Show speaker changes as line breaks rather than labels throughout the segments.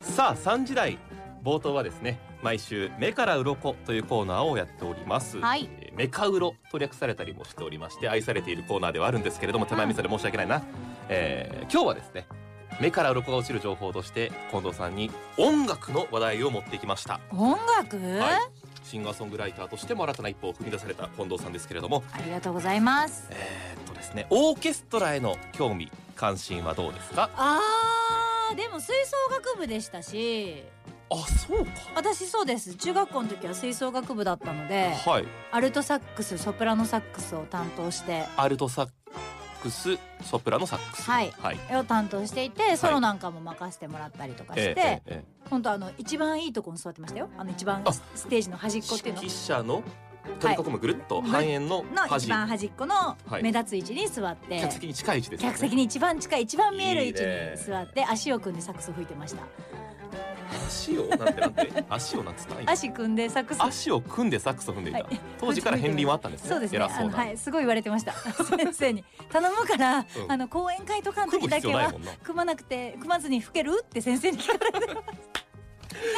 さあ3時台冒頭はですね毎週目から鱗というコーナーをやっております、
はい
えーメカウロと略されたりもしておりまして愛されているコーナーではあるんですけれども手前味噌で申し訳ないな、えー今日はですね目から鱗が落ちる情報として近藤さんに音楽の話題を持ってきました、
音楽、
はい、シンガーソングライターとしても新たな一歩を踏み出された近藤さんですけれども
ありがとうございます
えーっとですねオーケストラへの興味関心はどうですか
あーでも吹奏楽部でしたし
あそうか
私そうです中学校の時は吹奏楽部だったので
はい
アルトサックスソプラノサックスを担当して
アルトサックスソプラノサックス
はい
はい
を担当していてソロなんかも任せてもらったりとかして、
えええ
本当あの一番いいとこに座ってましたよあの一番
あ
ステージの端っこっていうの
指揮者の取り囲むぐるっと半円の
の一
端、
番端っこの
はい
目立つ位置に座って、
客席に近い位置です、ね、
客席に一番近い一番見える位置
いいね
に座って足を組んでサックス吹いてました
足をなんてなんて足をなんつった今
足組んでサックス
足を組んでサックスを踏んでいた、
はい
当時から片鱗はあったんですね
そうですね
偉
あ
そう
の
な、
はいすごい言われてました 先生に頼むから、
ん
あの講演会とかの
組む
時だ
必
け
要ない
は
もんな
組まなくて組まずに吹けるって先生に聞かれて ましただ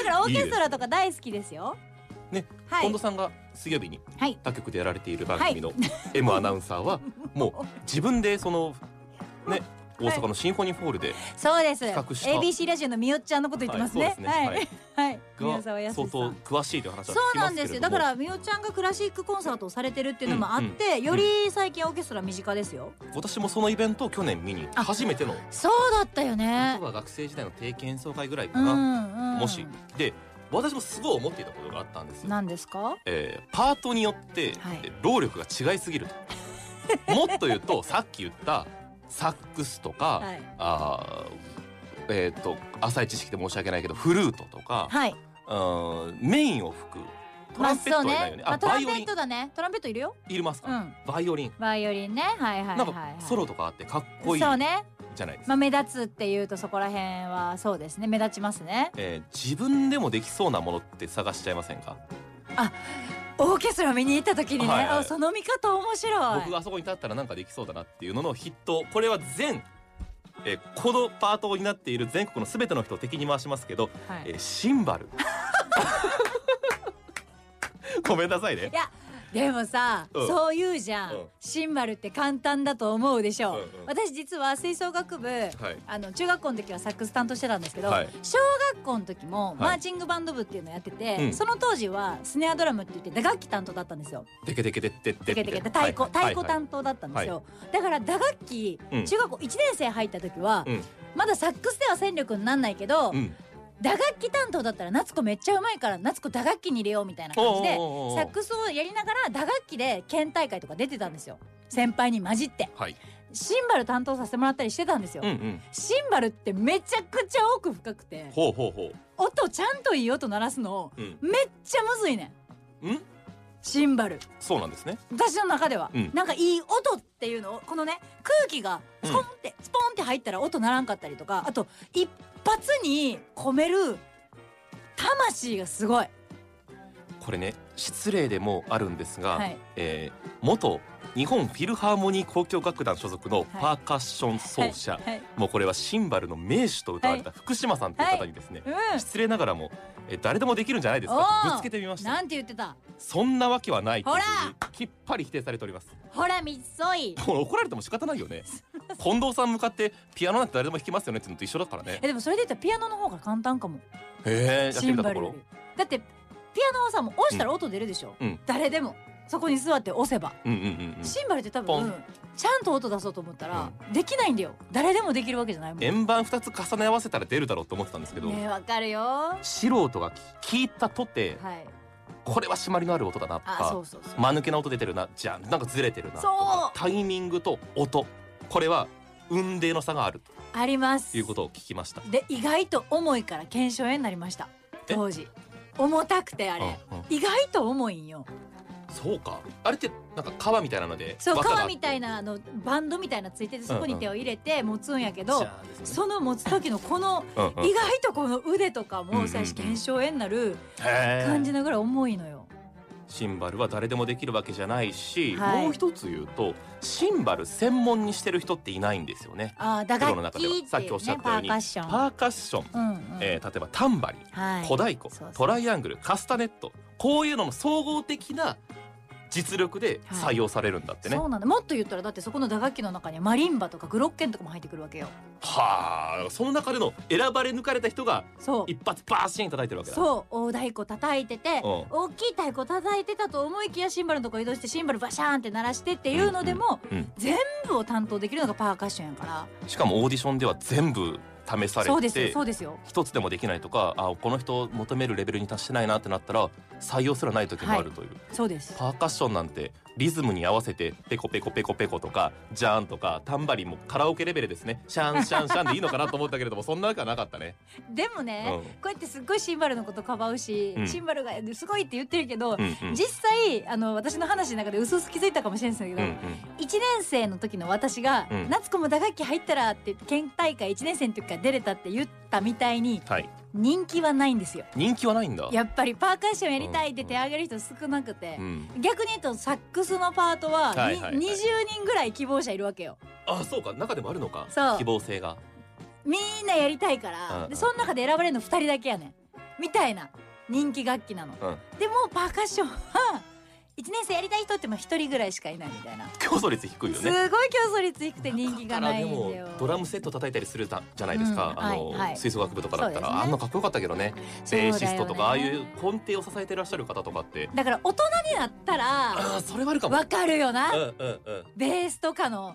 からオーケストラとか大好きですよ
ね
は
近
い
藤さんが水曜日に
はい
他局でやられている番組の M アナウンサーはもう自分でそのね大阪のシンフォニーホールで
そうです
企画した
ABC ラジオのみよっちゃんのこと言ってますね
はいそうですね
はいはい宮沢
が
康さ
相
ん
当詳しいという話は聞きますけれども
そうなんですよだからみおちゃんがクラシックコンサートをされてるっていうのもあって、
うんうん
より最近オーケストラ身近ですよ
私もそのイベントを去年見に行って
あ
初めての
そうだったよね
僕は学生時代の定期演奏会ぐらいか
う
な、
んうん
もしで私もすごい思っていたことがあったんですよ、
何ですか
えーパートによって、
はい
えー労力が違いす ぎるともっと言うとさっき言ったサックスとか、
はい
あーえっ、と浅い知識で申し訳ないけどフルートとか、
はい
うんメインを吹くト
ま
ラ
あ
ンペット
そう
はいないよ
ね
ね、
まあ、ト
バ
ラ
イ
ン
オ
ペ
リン
ットだねトランペットいるよ
いりますか、
うん
バイオリン
バイオリンねはいはいはい、
な
は
んか
い、
ソロとかあってかっこいい
そうね、
じゃないですか、
まあ、目立つっていうとそこら辺はそうですね目立ちますね
えー自分でもできそうなものって探しちゃいませんか
オーケストラ見に行った時にね、
はいはい
あその見方面白い
僕があそこに立ったらなんかできそうだなっていうのの筆頭これは全、えーこのパートになっている全国の全ての人を敵に回しますけど、
はい
えーシンバル ごめんなさいね
いやでもさ、
うん
そう言うじゃん、
うん
シンバルって簡単だと思うでしょ、
うんうん
私実は吹奏楽部、
はい
あの中学校の時はサックス担当してたんですけど、
はい
小学校の時もマーチングバンド部っていうのやってて、
うん
その当時はスネアドラムって言って打楽器担当だったんですよ
テケテケテッテッテ
テ
ッテ
ケテケ太鼓、太鼓担当だったんですよ、だから打楽器、
うん
中学校1年生入った時は、
うん
まだサックスでは戦力になんないけ
当
ど、
うん
打楽器担当だったら夏子めっちゃうまいから夏子打楽器に入れようみたいな感じで
おうおうおうおう
サックスをやりながら打楽器で県大会とか出てたんですよ先輩に混じって
はい
シンバル担当させてもらったりしてたんですよ、
うんうん
シンバルってめちゃくちゃ奥深くて
ほうほうほ
音ちゃんといい音鳴らすの
ううん
めっちゃむずいね
ん
シンバル
そうなんですね
私の中では、
うん
なんかいい音っていうのをこのね空気がスポンって、スポンって入ったら音ならんかったりとかあと一発に込める魂がすごい、
これね失礼でもあるんですが、
はい
えー元日本フィルハーモニー交響楽団所属のパーカッション奏者、
はい、
もうこれはシンバルの名手と歌われた福島さんという方にですね、
う
失礼ながらもえ誰でもできるんじゃないですか
おー
ぶつけてみまし
ん
た
なんて言ってた
そんなわけはないというふうに
ほ
きっぱり否定されております
ほらみっそい
これ怒られても仕方ないよ ね近藤さん向かってピアノなんて誰でも弾きますよねっていうのと一緒だからね
えでもそれで言ったらピアノの方が簡単かも
へえやって
シン
みたと
バル
こ
よ
ろ
りだってピアノはさもう押したら音出るでしょ、
うん
誰でもそこに座って押せば、
うんうんうんうん
シンバルって多
ポ
分
ン
ちゃんと音出そうと思ったら、できないんだよ誰でもできるわけじゃないもんね
円盤2つ重ね合わせたら出るだろうと思ってたんですけど、
えわかるよは
素人が聞いたとて
い
これは締まりのある音だなと
あ
か
そうそうそう
間抜けな音出てるなじゃあなんかずれてるなと
そ
か
う
タイミングと音これは運命の差がある
ありま
と
す
いうことを聞きました。
で意外と重いから検証炎になりました
え
当時重たくてあれ
うんうん
意外と重いんよ
そうかあれってなんか皮みたいなので
そう革みたい
な
なあのバンドみたいなついててそこに手を入れて持つんやけど、
そ
その持つ時のこの
うんうん
意外とこの腕とか
うんうんう
も
ん
最初減少炎になる
へー
感じなぐらい重いのよ。
シンバルは誰でもできるわけじゃないし、
はい
もう一つ言うとシンバル専門にしてる人っていないんですよね。
あー打
プロの
楽
中
器
では
って
さっ
い
き
う
おっしゃ
ね
っ
パ
たよう
ー
に
カッション、
パーカッション、
うんうん
えー例えばタンバリン、
はい、
小太鼓
そうそう
トライアングルカスタネットこういうのも総合的な実力で採用されるんだってね。
そうなんだもっと言ったらだってそこの打楽器の中にはマリンバとかグロッケンとかも入ってくるわけよ
はあその中での選ばれ抜かれた人が
そう
一発バーシーン叩いてるわけだ。
そう大太鼓叩いてて、
うん
大きい太鼓叩いてたと思いきやシンバルのとこ移動してシンバルバシャーンって鳴らしてっていうのでも、
うんうん
全部を担当できるのがパーカッションやから
しかもオーディションでは全部試さ
そう
れ
ですよ
て
そうですよ
一つでもできないとかあこの人求めるレベルに達してないなってなったら採用すらない時もあるという、
そうです
パーカッションなんてリズムに合わせてペコペコペコペコとかジャーンとかタンバリンもカラオケレベルですねシャンシャンシャンでいいのかなと思ったけれどもそんなわけはなかった ね。
でも
う
ね、
ん
こうやってすっごいシンバルのことかばうし、
うん
シンバルがすごいって言ってるけど、
うんうん
実際あの私の話の中で薄々気づいたかもしれないんですけ
うんう
ど、
ん
一1年生の時の私が「
うん
夏子も打楽器入ったら」って県大会1年生の時から出れたって言ったみたいに
はい、
人気はないんですよ。
人気はないんだ。
やっぱりパーカッションやりたいって手挙げる人少なくて
う、ん、
逆に言うとサックスのパートはに、
はいはいはい
20人ぐらい希望者いるわけよ。
あそうか中でもあるのか
そう
希望性が。
みんなやりたいか
うん
ら
う、ん
でその中で選ばれるの2人だけやねんみたいな人気楽器な
う
の。
ん
でもパーカッションは1年生やりたい人ってまあ1人ぐらいしかいないみたいな。
競争率低いよ
す
ね。
ごい競争率低くて人気がないんだ
だからで
よ
も。ドラムセット叩いたりするじゃないですか、
うん
あの、
はいはい
吹奏楽部とかだった
そう
ら、
ですね
あんなかっこよかったけどね
そうだよ
ベ
ね
ーシストとかああいう根底を支えてらっしゃる方とかって
だから大人になったら
ああそれはあるかも
わかるよな
うん。うんうん
ベースとかの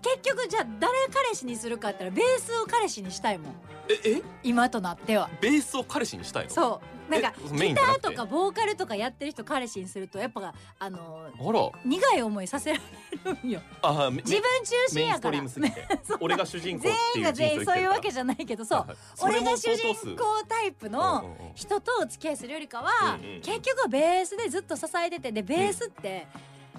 結局じゃあ誰彼氏にするかって言ったらベースを彼氏にしたいもん
ええ
今となっては
ベースを彼氏にしたいの
そうなんか
えメイ
ギ
ン
タ
じゃな
ー
くて
とかボーカルとかやってる人彼氏にするとやっぱあの
あら
苦い思いさせられるんよ
あーめ
自分中
メ
心
イン
や
スト
か
リ
ら
ームすぎて俺が主人公っ
全
て
員
いう
が
人生
全員そういうわけ
じ
じゃないけどそう俺が主人公タイプの人とお付き合いするよりかは、
うんうん
結局ベースでずっと支えててでベースって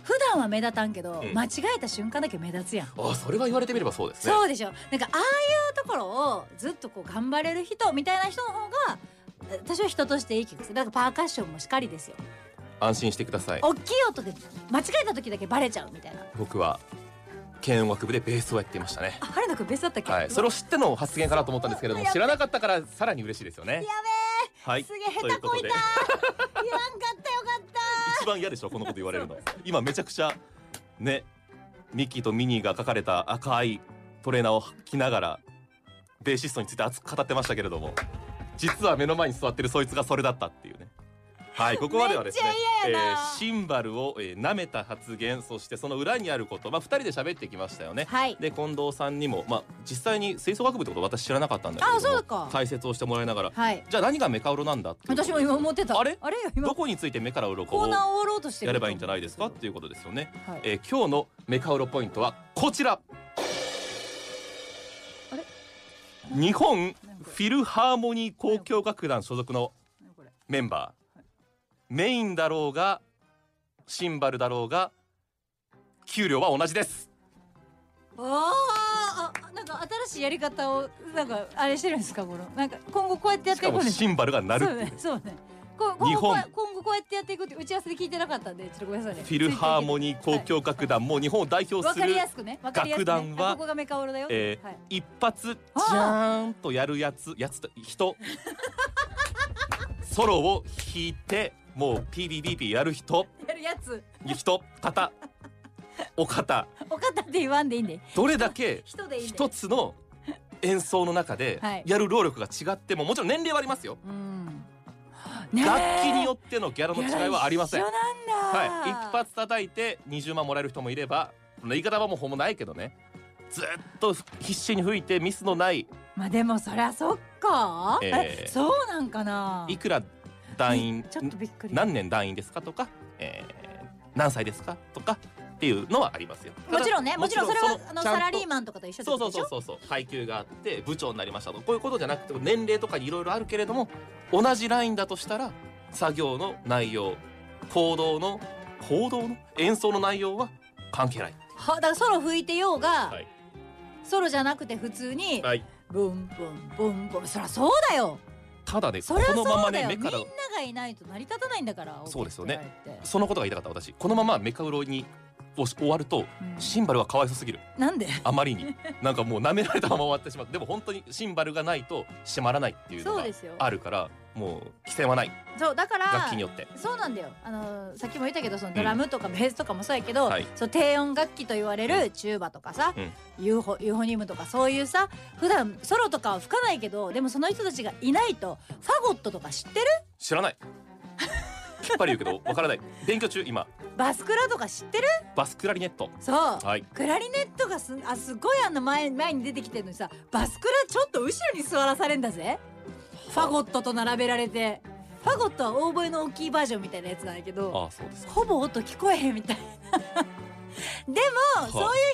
普段は目立たんけど、
うん
間違えた瞬間だけ目立つやん。
あーそれは言われてみればそうですね
そうでしょなんかああいうところをずっとこう頑張れる人みたいな人の方がえ私は人としていい気がするだからパーカッションもしかりですよ
安心してください
大きい音で間違えた時だけバレちゃうみたいな
僕は軽音楽部でベースをやっていましたね
あ春菜くんベースだったっけ、
はい、それを知っての発言かなと思ったんですけれども
やべ
知らなかったからさらに嬉しいですよねやべえはい
すげえ下手こい
とい
た
うことで
言わんかったよかった
一番嫌でしょこのこと言われるの今めちゃくちゃねミッキーとミニーが書かれた赤いトレーナーを着ながらベーシストについて熱く語ってましたけれども実は目の前に座ってるそいつがそれだったっていうねはいここまではですね
めっちゃ嫌やな
シンバルを、えー舐めた発言そしてその裏にあることまあ2人で喋ってきましたよね
はい
で近藤さんにも、まあ、実際に吹奏楽部ってこと私知らなかったんだけれども
あそうか
解説をしてもらいながら
はい
じゃあ何がメカウロなんだっていう
私も今思ってた
あれ
あれよ今
どこについて目から鱗
コー
を
ナーを終わろうとしてる
やればいいんじゃないですかっていうことですよね、
はい
えー今日のメカウロポイントはこちら
あれ
日本
何
フ
こ
ィルハーモニー交響楽団所属の
れ何これ
メンバーメインだろうがシンバルだろうが給料は同じです
あーあなんか新しいやり方をなんかあれしてるんですかこのなんか今後こうやってやっ
して
い
か
く
も
んです
シンバルが鳴るって
そう
いう
ねそうねこ今
日
後こう
本
今後こうやってやっていくって打ち合わせで聞いてなかったんでちょっとごめんなさいね
フィルハーモニー交響楽団も日本を代表
わ
す
か
る
りやすくねわかりやすくね
楽団は
あここがメカオロだよ、
えー
はい、
一発
あ
ジャ
ー
ーンとやるやつやつと人 ソロを弾いてもう PBBP やる人
やるやつ
人方お方
お方って言わんでいいんで
どれだけ
人でいいんで
一つの演奏の中で
はい
やる労力が違ってももちろん年齢はありますよ、
うんねえ
楽器によってのギャラの違いはありません
いや一緒なんだ
はい、一発叩いて20万もらえる人もいればこの言い方はもうほぼないけどねずっと必死に吹いてミスのない
まあでもそりゃそっか、
えー
えそうなんかない
くら団員
ちょっとびっくり
何年団員ですかとか、えー何歳ですかとかっていうのはありますよ。
もちろんねもちろんそれは
の
あの
ちゃんと
サラリーマンとかと一緒って
そ
こ
うそう
とでし
そ
ょ
うそうそう階級があって部長になりましたとこういうことじゃなくて年齢とかにいろいろあるけれども同じラインだとしたら作業の内容行動の行動の演奏の内容は関係ない。
はだからソロ吹いてようが、
はい
ソロじゃなくて普通に、
はい、
ブンブンブンブンそりゃそうだよ
ただね
そりゃ
このま
そ
ま
うだ
ね
よ
目
みんな
から
がいないと成り立たないんだから
そうですよね
オーケストラって
そのことが言いたかった私このままメカウロにをし終わると
うん
シンバルはかわいそすぎる
なんで
あまりになんかもう舐められたまま終わってしまってでも本当にシンバルがないと閉まらないっていうの
そう
が
ですよ
あるからもう規制はない
そうだから
楽器によって
そうなんだよあのーさっきも言ったけどそのドラムとかベースとかもそうやけど、
はい
そう低音楽器と言われるチューバとかさ、ユーホユーホニウムとかそういうさ普段ソロとかは吹かないけどでもその人たちがいないとファゴットとか知ってる
知らないきっぱり言うけ どわからない勉強中今
バスクラとか知ってる
バスクラリネット
そう
はい
クラリネットがすあすごいあの前前に出てきてるのにさバスクラちょっと後ろに座らされんだぜファゴットと並べられてファゴットはオーボエの大きいバージョンみたいなやつなんやけど
ああそうです
ほぼ音聞こえへんみたい
い
なでも、そういう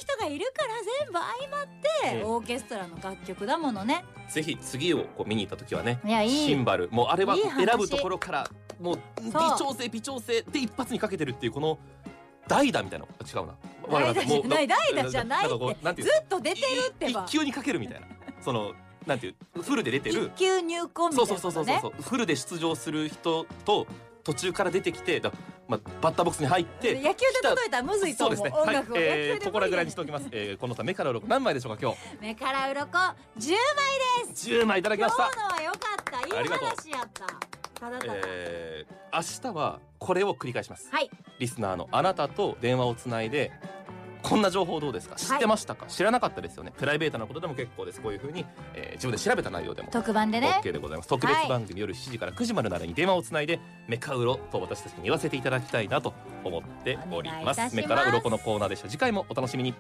人がいるから全部相まって、
うん
オーケストラの楽曲だものね
ぜひ次をこう見に行った時はね
いやい
シ
い
ンバルもうあれはい
い
選
話
ぶところからもう微調整微調整で一発にかけてるっていうこの代打みたいな違うなわか
代
んない
打じ
も
ゃ
う
ない代打じゃないっ
んかこうなん
て
てい
ず
う
っと出てるってば
一級にかけるみた いなそのなんていうフルで出て
一
る
級入魂
そ
み
う
た
そ
いうな
そ
こ
うそ
と
うそうそうフ
ね
ルで出場する人と途中から出てきてだ、まあ、バッターボックスに入って
野球で例えたらむずいと
そう
思
で
う
すね
音
はい、
楽を、
え
野
ー、
球で
ここらぐらいにしておきます、えー、この他目から鱗何枚でしょうか今日
目から鱗10
10枚いただき
今
ま
日
し
の
た
は良かったいい
ありが
話
とう
やったただただ、
えー、明日はこれを繰り返します
はい
リスナーのあなたと電話をつないでこんな情報どうですか知ってましたか、知らなかったですよねプライベートなことでも結構ですこういうふうに、えー、自分で調べた内容でも
特番でね
OK でございます特別番組夜7時から9時までの間に電話をつないで、メカウロと私たちに言わせていただきたいなと思っており
お願いい
ま
たし
す
ます
目から鱗のコーナーでした次回もお楽しみに